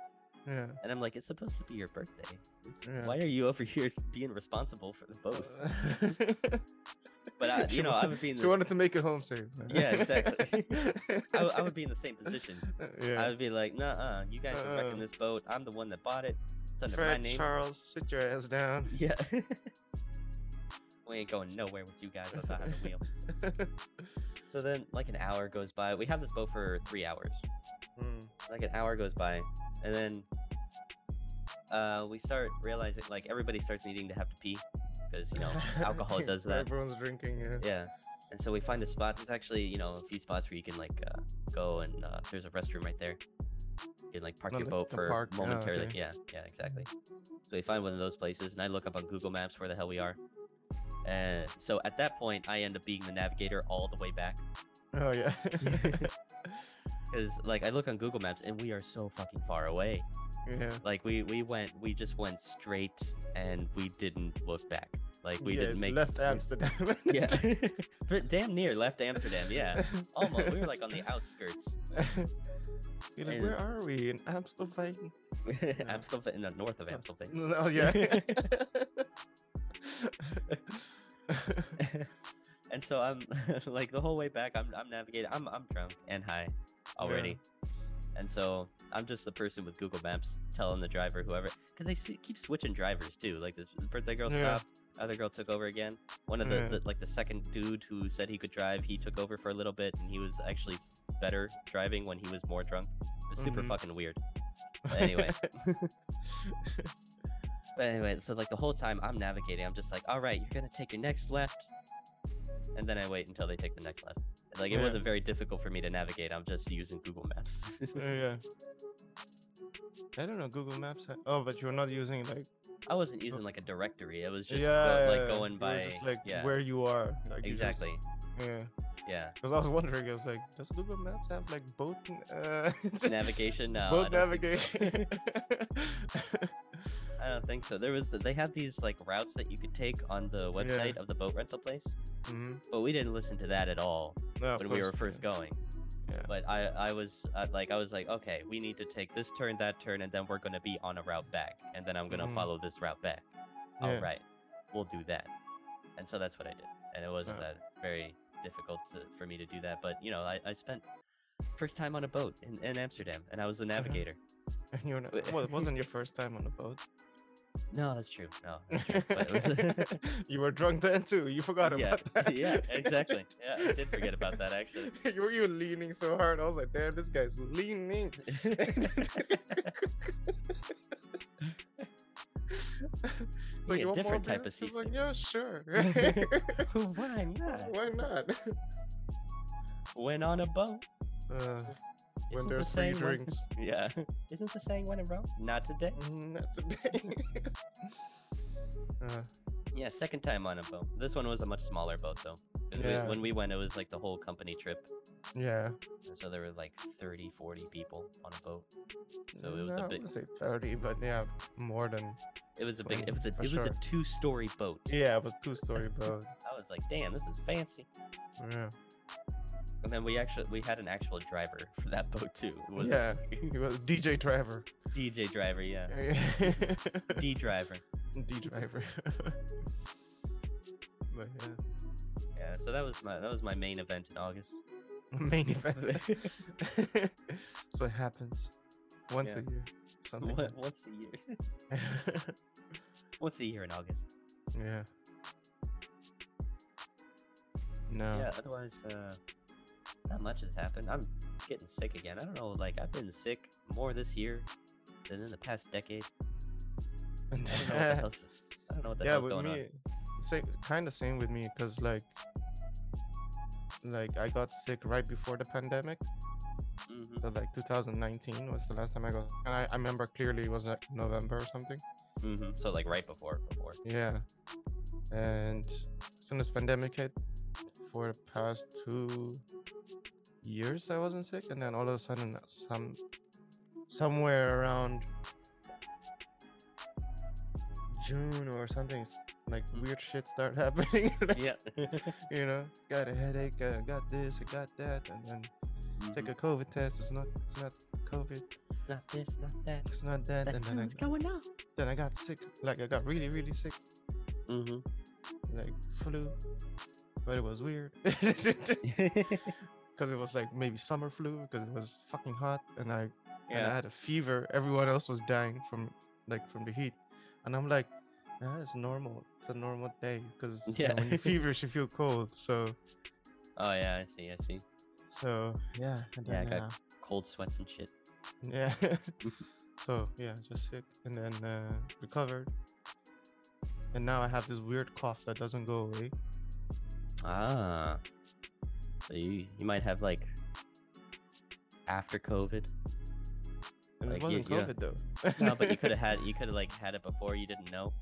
Speaker 1: And I'm like, it's supposed to be your birthday. It's-
Speaker 2: Yeah.
Speaker 1: Why are you over (laughs) here being responsible for
Speaker 2: (laughs)
Speaker 1: the boat? Oh. But I,
Speaker 2: She
Speaker 1: you know, I
Speaker 2: wa-
Speaker 1: would be in
Speaker 2: She
Speaker 1: the,
Speaker 2: wanted to (laughs) make it home safe. man.
Speaker 1: Yeah,
Speaker 2: (laughs)
Speaker 1: exactly. I, w- I would be in the same position. I
Speaker 2: yeah.
Speaker 1: would be like, nah, uh, you guys are
Speaker 2: Uh-uh.
Speaker 1: wrecking this boat. I'm the one that bought it. It's under my
Speaker 2: Fred
Speaker 1: name.
Speaker 2: Charles, sit your ass down.
Speaker 1: (laughs) Yeah. we ain't going nowhere with you guys without having
Speaker 2: (laughs)
Speaker 1: a wheel. So then, like an hour goes by. We have this boat for three hours,
Speaker 2: Mm.
Speaker 1: like an hour goes by and then uh, we start realizing like everybody starts needing to have to pee because
Speaker 2: (laughs)
Speaker 1: you know alcohol does that
Speaker 2: Everyone's drinking. Yeah.
Speaker 1: yeah and so we find a spot there's actually you know a few spots where you can like uh, go and uh, there's a restroom right there you can like park
Speaker 2: Oh,
Speaker 1: your
Speaker 2: the-
Speaker 1: boat
Speaker 2: the
Speaker 1: for
Speaker 2: park. Oh,
Speaker 1: momentarily
Speaker 2: okay.
Speaker 1: yeah yeah exactly so we find one of those places and i look up on google maps where the hell we are and so at that point i end up being the navigator all the way back
Speaker 2: Oh yeah.
Speaker 1: (laughs) because like i look on google maps and we are so fucking far away
Speaker 2: yeah.
Speaker 1: like we we went we just went straight and we didn't look back like we
Speaker 2: yeah,
Speaker 1: didn't
Speaker 2: it's
Speaker 1: make
Speaker 2: left Amsterdam.
Speaker 1: (laughs)
Speaker 2: (laughs)
Speaker 1: yeah (laughs) But damn near left amsterdam yeah almost we were like
Speaker 2: (laughs)
Speaker 1: on the outskirts
Speaker 2: You're like,
Speaker 1: And-
Speaker 2: where are we in Amstelveen? (laughs)
Speaker 1: amstelveen no, north of amstelveen
Speaker 2: Oh yeah. (laughs)
Speaker 1: and so i'm (laughs) like the whole way back i'm, I'm navigating I'm, I'm drunk and high already and so i'm just the person with google maps telling the driver whoever because they s- keep switching drivers too like this birthday girl
Speaker 2: Yeah.
Speaker 1: stopped other girl took over again one of the,
Speaker 2: Yeah.
Speaker 1: the like the second dude who said he could drive he took over for a little bit and he was actually better driving when he was more drunk it was super
Speaker 2: Mhm.
Speaker 1: fucking weird But (laughs) anyway. But anyway, so like the whole time I'm navigating, I'm just like, all right, you're gonna take your next left, and then I wait until they take the next left. Like it
Speaker 2: Yeah.
Speaker 1: wasn't very difficult for me to navigate. I'm just using Google Maps.
Speaker 2: (laughs) Oh, yeah. I don't know Google Maps. ha- Oh, but you're not using like
Speaker 1: (laughs) I wasn't using like a directory. It was just go-
Speaker 2: yeah,
Speaker 1: like going
Speaker 2: you were
Speaker 1: by
Speaker 2: just like
Speaker 1: yeah,
Speaker 2: where you are. Like, you just-
Speaker 1: exactly.
Speaker 2: yeah.
Speaker 1: Yeah,
Speaker 2: (laughs) Because I was wondering, I was like, does Google Maps have like boat uh, (laughs)
Speaker 1: navigation. No, I
Speaker 2: boat
Speaker 1: don't think so.
Speaker 2: navigation? (laughs)
Speaker 1: I don't think so. There was they had these like routes that you could take on the website of the boat rental place,
Speaker 2: hmm
Speaker 1: but we didn't listen to that at all
Speaker 2: no, of
Speaker 1: when we were
Speaker 2: course,
Speaker 1: first
Speaker 2: yeah.
Speaker 1: going.
Speaker 2: Yeah.
Speaker 1: But I, I was uh, like, I was like, okay, we need to take this turn, that turn, and then we're gonna be on a route back, and then I'm gonna
Speaker 2: Mhm.
Speaker 1: follow this route back.
Speaker 2: Yeah.
Speaker 1: All right, we'll do that. And so that's what I did, and it wasn't
Speaker 2: Oh.
Speaker 1: that very difficult to, for me to do that. But you know, I, I spent first time on a boat in, in Amsterdam, and I was
Speaker 2: Uh-huh.
Speaker 1: the navigator.
Speaker 2: (laughs) And you're not,
Speaker 1: Wait.
Speaker 2: well, it wasn't your first time on a boat.
Speaker 1: No, that's true.
Speaker 2: (laughs)
Speaker 1: No, that's true. But it was-
Speaker 2: you were drunk then too. You
Speaker 1: (laughs)
Speaker 2: forgot
Speaker 1: yeah,
Speaker 2: about that.
Speaker 1: yeah,
Speaker 2: (laughs)
Speaker 1: exactly. Yeah, I did forget about that actually. (laughs)
Speaker 2: you were you leaning so hard. I was like, damn, this guy's leaning. It's
Speaker 1: a
Speaker 2: "You want more
Speaker 1: different type
Speaker 2: beer?"
Speaker 1: of
Speaker 2: He's like,
Speaker 1: season.
Speaker 2: yeah,
Speaker 1: (laughs)
Speaker 2: sure. (laughs)
Speaker 1: Why not?
Speaker 2: Why not? (laughs)
Speaker 1: When on a boat,
Speaker 2: Uh, when
Speaker 1: Isn't the
Speaker 2: there's free
Speaker 1: saying when-
Speaker 2: drinks.
Speaker 1: (laughs) Yeah. Isn't the saying when in Rome? Not today.
Speaker 2: Mm, Not today. (laughs) uh,
Speaker 1: Yeah, second time on a boat. This one was a much smaller boat though. 'Cause we-
Speaker 2: Yeah.
Speaker 1: when we went, it was like the whole company trip.
Speaker 2: yeah.
Speaker 1: and So there were like 30, 40 people on a boat. So it was
Speaker 2: No,
Speaker 1: a
Speaker 2: I
Speaker 1: big,
Speaker 2: would say 30, but yeah, more than.
Speaker 1: it was a big, it was a,
Speaker 2: for
Speaker 1: it was a
Speaker 2: sure.
Speaker 1: two-story boat.
Speaker 2: Yeah, it was two story boat.
Speaker 1: I was like, damn, this is fancy.
Speaker 2: Yeah.
Speaker 1: And then we actually, we had an actual driver (laughs) for that boat too. It was
Speaker 2: yeah. (laughs) He was DJ Driver. (laughs)
Speaker 1: DJ driver, yeah,
Speaker 2: D
Speaker 1: D driver.
Speaker 2: Driver. (laughs) but yeah,
Speaker 1: Yeah, so that was my that was my main event in August. (laughs)
Speaker 2: main event. (laughs) so it happens once
Speaker 1: Yeah.
Speaker 2: a year. Something.
Speaker 1: What, once a year, (laughs)
Speaker 2: like that. (laughs)
Speaker 1: once a year in August.
Speaker 2: yeah. No. (laughs)
Speaker 1: Yeah, otherwise, uh, not much has happened. I'm getting sick again. I don't know, like, I've been sick more this year than in the past decade. I don't know what
Speaker 2: (laughs)
Speaker 1: the hell's, I don't know what the
Speaker 2: yeah,
Speaker 1: hell's
Speaker 2: with
Speaker 1: going
Speaker 2: me, same kind of same with me, cause like, like I got sick right before the pandemic,
Speaker 1: on. Mhm,
Speaker 2: so like 2019 was the last time I got, and I, I remember clearly it was like November or something.
Speaker 1: mhm. So, like, right before, before.
Speaker 2: (laughs) Yeah, and soon as pandemic hit, for the past two years I wasn't sick, and then all of a sudden some, somewhere around June or something, s- like
Speaker 1: Mm.
Speaker 2: weird shit start (laughs) happening.
Speaker 1: Yeah.
Speaker 2: you know, got a headache, uh, got this, I got that, and then take (laughs)
Speaker 1: Mhm.
Speaker 2: a COVID test. It's not, it's not COVID.
Speaker 1: It's not this, not that.
Speaker 2: It's not that. And then I,
Speaker 1: What's going on?
Speaker 2: then I got sick. Like I got really, really sick, (laughs)
Speaker 1: Mm-hmm.
Speaker 2: like flu. But it was
Speaker 1: (laughs)
Speaker 2: weird (laughs) because it was like maybe summer flu because it was fucking hot and I and I
Speaker 1: yeah.
Speaker 2: had a fever. Everyone else was dying from like from the heat, and I'm like, ah, it's normal. It's a normal day because
Speaker 1: Yeah.
Speaker 2: when you feverish, you feel cold. So
Speaker 1: Oh, yeah, I see, I see.
Speaker 2: So yeah, and
Speaker 1: Yeah, I
Speaker 2: then,
Speaker 1: got-
Speaker 2: uh,
Speaker 1: Cold sweats and shit.
Speaker 2: Yeah.
Speaker 1: Mm-hmm.
Speaker 2: (laughs) so yeah, just sick, and then uh, recovered, and now I have this weird cough that doesn't go away.
Speaker 1: Ah. So you, you might have like after COVID.
Speaker 2: And it
Speaker 1: Like, you-
Speaker 2: wasn't
Speaker 1: you don't-
Speaker 2: COVID though.
Speaker 1: No, but you could
Speaker 2: (laughs)
Speaker 1: have had you could have like had it before you didn't know.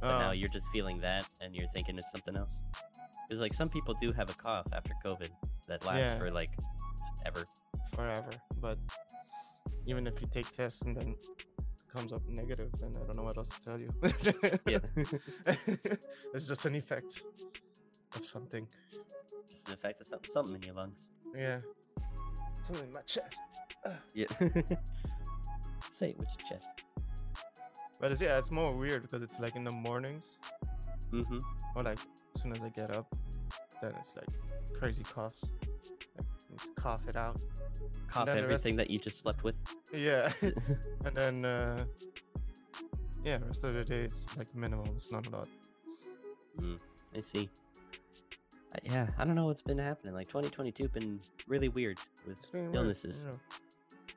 Speaker 1: But now
Speaker 2: Oh,
Speaker 1: you're just feeling that and you're thinking it's something else. Because like some people do have a cough after COVID that lasts
Speaker 2: Yeah.
Speaker 1: for like ever.
Speaker 2: forever. But even if you take tests and then it comes up negative, then I don't know what else to tell you.
Speaker 1: Yeah.
Speaker 2: (laughs) it's just an effect of something.
Speaker 1: Just an effect of something, something in your lungs.
Speaker 2: Yeah. Something in my chest.
Speaker 1: Yeah. (laughs) Say it with your chest.
Speaker 2: But it's yeah, it's more weird because it's like in the mornings
Speaker 1: Mm-hmm.
Speaker 2: or like as soon as I get up, then it's like crazy coughs. Like just cough it out.
Speaker 1: Cough
Speaker 2: then the rest-
Speaker 1: everything that you just slept with.
Speaker 2: Yeah. (laughs) and then uh yeah, the rest of the day it's like minimal, it's not a lot.
Speaker 1: I see. Uh, yeah, I don't know what's been happening. Like 2022 been really weird with
Speaker 2: It's been weird,
Speaker 1: illnesses.
Speaker 2: you know.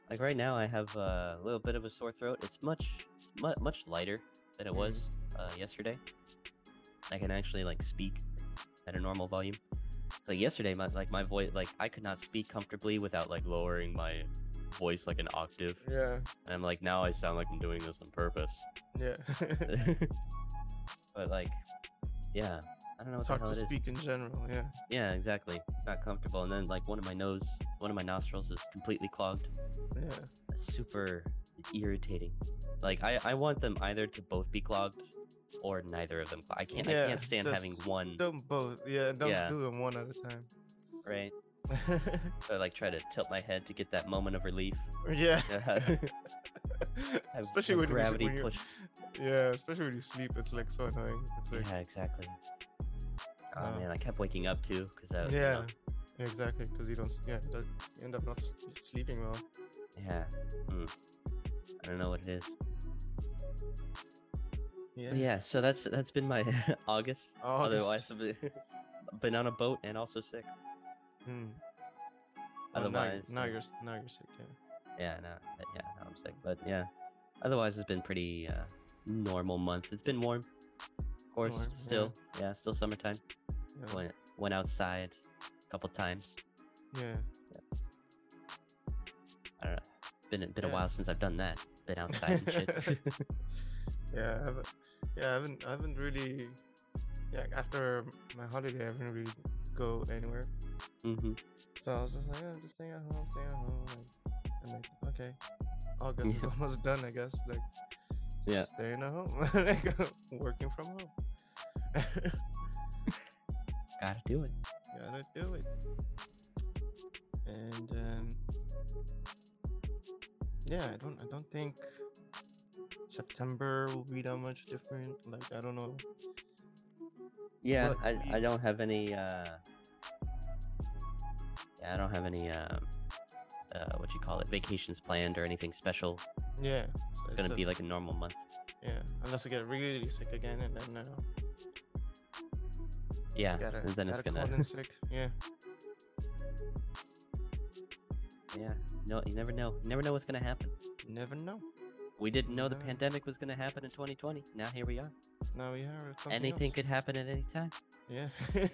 Speaker 1: Like right now, I have uh, a little bit of a sore throat. It's much mu- much lighter than it was uh, yesterday. I can actually like speak at a normal volume. So yesterday, my like my voice like I could not speak comfortably without like lowering my voice like an octave.
Speaker 2: Yeah,
Speaker 1: And I'm like now I sound like I'm doing this on purpose. (laughs)
Speaker 2: yeah. (laughs)
Speaker 1: but like, yeah, I don't know what
Speaker 2: it's
Speaker 1: the
Speaker 2: hard
Speaker 1: hell
Speaker 2: to
Speaker 1: it is.
Speaker 2: speak in general. Yeah,
Speaker 1: Yeah, exactly. It's not comfortable. And then like one of my nose, one of my nostrils is completely clogged.
Speaker 2: yeah.
Speaker 1: That's super irritating. Like I, I want them either to both be clogged or neither of them. clog- I can't I
Speaker 2: Yeah,
Speaker 1: can't stand having
Speaker 2: just
Speaker 1: one
Speaker 2: Don't both. Yeah, don't
Speaker 1: Yeah.
Speaker 2: do them one at a time. (laughs)
Speaker 1: right. So I like try to tilt my head to get that moment of relief.
Speaker 2: yeah. (laughs)
Speaker 1: Have-
Speaker 2: especially
Speaker 1: have
Speaker 2: when, you-
Speaker 1: gravity
Speaker 2: when you
Speaker 1: push.
Speaker 2: yeah, especially when you sleep, it's like so annoying. It's like
Speaker 1: Yeah, exactly. Oh
Speaker 2: Wow.
Speaker 1: man, I kept waking up too because I
Speaker 2: yeah,
Speaker 1: was, you
Speaker 2: yeah,
Speaker 1: know,
Speaker 2: exactly. Because you don't, s- yeah, you don't- you end up not s- sleeping well.
Speaker 1: yeah. mm. I don't know what it is.
Speaker 2: Yeah,
Speaker 1: But yeah, so that's that's been my (laughs) August.
Speaker 2: August.
Speaker 1: Otherwise, (laughs) I've been- been on a boat and also sick.
Speaker 2: Mm. Well, now,
Speaker 1: Otherwise,
Speaker 2: you- now
Speaker 1: uh,
Speaker 2: you're s- now you're sick. Yeah.
Speaker 1: yeah, no, but yeah, no, I'm sick, but yeah. Otherwise, it's been pretty uh, normal month. It's been warm, of course.
Speaker 2: Warm, yeah.
Speaker 1: still, yeah. still summertime.
Speaker 2: Yeah.
Speaker 1: Went went outside a couple times.
Speaker 2: yeah.
Speaker 1: I don't know. It's been been a
Speaker 2: Yeah.
Speaker 1: while since I've done that. Been outside and (laughs) shit.
Speaker 2: (laughs) yeah, I haven't, yeah, I haven't, I haven't really, yeah. After my holiday, I haven't really go anywhere.
Speaker 1: hmm
Speaker 2: So I was just like, I'm just staying at home, staying at home. Like, I'm like, okay, August is
Speaker 1: (laughs) Yeah.
Speaker 2: almost done, I guess. Like, so
Speaker 1: Yeah.
Speaker 2: just staying at home, (laughs) like working from home. (laughs)
Speaker 1: Gotta do it.
Speaker 2: Gotta do it. And um, yeah, I don't, I don't think September will be that much different. Like, I don't know.
Speaker 1: Yeah,
Speaker 2: What
Speaker 1: I,
Speaker 2: we-
Speaker 1: I don't have any. Uh, yeah, I don't have any. Um, uh, what you call it? Vacations planned or anything special.
Speaker 2: Yeah, so
Speaker 1: It's gonna be
Speaker 2: just-
Speaker 1: like a normal month.
Speaker 2: Yeah, unless I get really sick again, and then uh,
Speaker 1: Yeah,
Speaker 2: gotta,
Speaker 1: and then it's
Speaker 2: gotta
Speaker 1: gonna.
Speaker 2: call in
Speaker 1: (laughs)
Speaker 2: sick. Yeah,
Speaker 1: Yeah. No, you never know. You never know what's gonna happen.
Speaker 2: you never know.
Speaker 1: We didn't know the
Speaker 2: Yeah.
Speaker 1: pandemic was gonna happen in 2020. Now here we are.
Speaker 2: Now we have something
Speaker 1: Anything
Speaker 2: else.
Speaker 1: could happen at any time.
Speaker 2: Yeah, (laughs)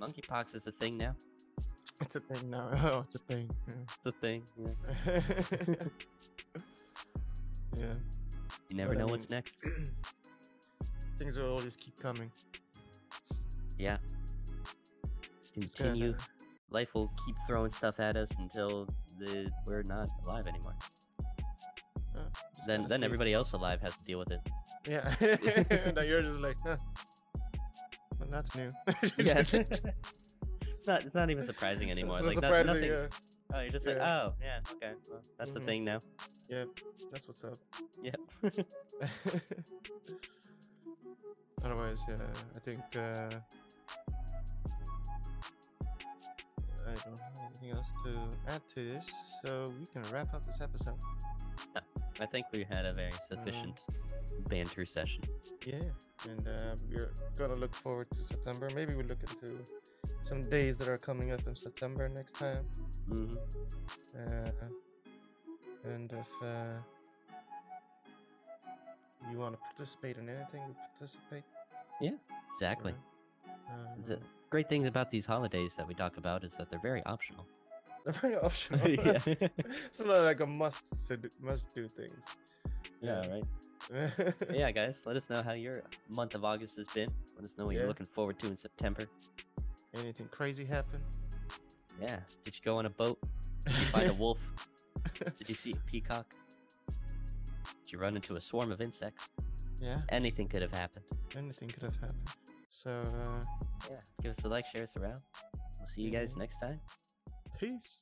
Speaker 1: Monkeypox is a thing now.
Speaker 2: it's a thing now. (laughs) Oh, it's a
Speaker 1: (laughs)
Speaker 2: thing.
Speaker 1: It's a thing. Yeah.
Speaker 2: Yeah. yeah,
Speaker 1: You never
Speaker 2: But I
Speaker 1: know
Speaker 2: (clears throat)
Speaker 1: what's next.
Speaker 2: things will always keep coming.
Speaker 1: Yeah.
Speaker 2: It's gonna
Speaker 1: Continue.
Speaker 2: never-
Speaker 1: Life will keep throwing stuff at us until the, we're not alive anymore.
Speaker 2: uh, just
Speaker 1: Then
Speaker 2: gotta
Speaker 1: then
Speaker 2: stay-
Speaker 1: everybody else alive has to
Speaker 2: (laughs)
Speaker 1: deal with it.
Speaker 2: Yeah, now you're just like, huh. Well, that's new. (laughs)
Speaker 1: Yeah. (laughs) it's not it's not even surprising anymore.
Speaker 2: It's not
Speaker 1: like no-
Speaker 2: surprising,
Speaker 1: nothing.
Speaker 2: yeah.
Speaker 1: Oh, you're just like
Speaker 2: yeah.
Speaker 1: oh yeah okay. Well, that's a
Speaker 2: Mhm.
Speaker 1: thing now.
Speaker 2: That's what's up.
Speaker 1: (laughs) Yeah.
Speaker 2: (laughs) Otherwise, yeah, I think uh, I don't have anything else to add to this, so we can wrap up this episode.
Speaker 1: I think we had a
Speaker 2: Uh-huh.
Speaker 1: very sufficient banter session.
Speaker 2: Yeah, and uh, we're gonna look forward to September. Maybe we look into some days that are coming up in September next time.
Speaker 1: hmm
Speaker 2: Mm-hmm. Uh, and if uh, you want to participate in anything, we participate.
Speaker 1: Exactly.
Speaker 2: Uh,
Speaker 1: The great thing about these holidays that we talk about is that they're very (laughs) optional.
Speaker 2: (laughs) they're very optional. (laughs)
Speaker 1: (laughs) yeah.
Speaker 2: it's not like a must to do, must do things.
Speaker 1: yeah, right. But yeah, guys, let us know how your month of August has been. Let us know what
Speaker 2: Yeah.
Speaker 1: you're looking forward to in September.
Speaker 2: (laughs) Anything crazy happen?
Speaker 1: Yeah. Did you go on a boat? Did you find a
Speaker 2: (laughs)
Speaker 1: wolf? Did you see a peacock? Did you run into a swarm of insects?
Speaker 2: yeah,
Speaker 1: Anything could have happened.
Speaker 2: anything could have happened. So, uh,
Speaker 1: Mm-hmm. Yeah. Give us a like, share us around. We'll see you guys next time.
Speaker 2: peace.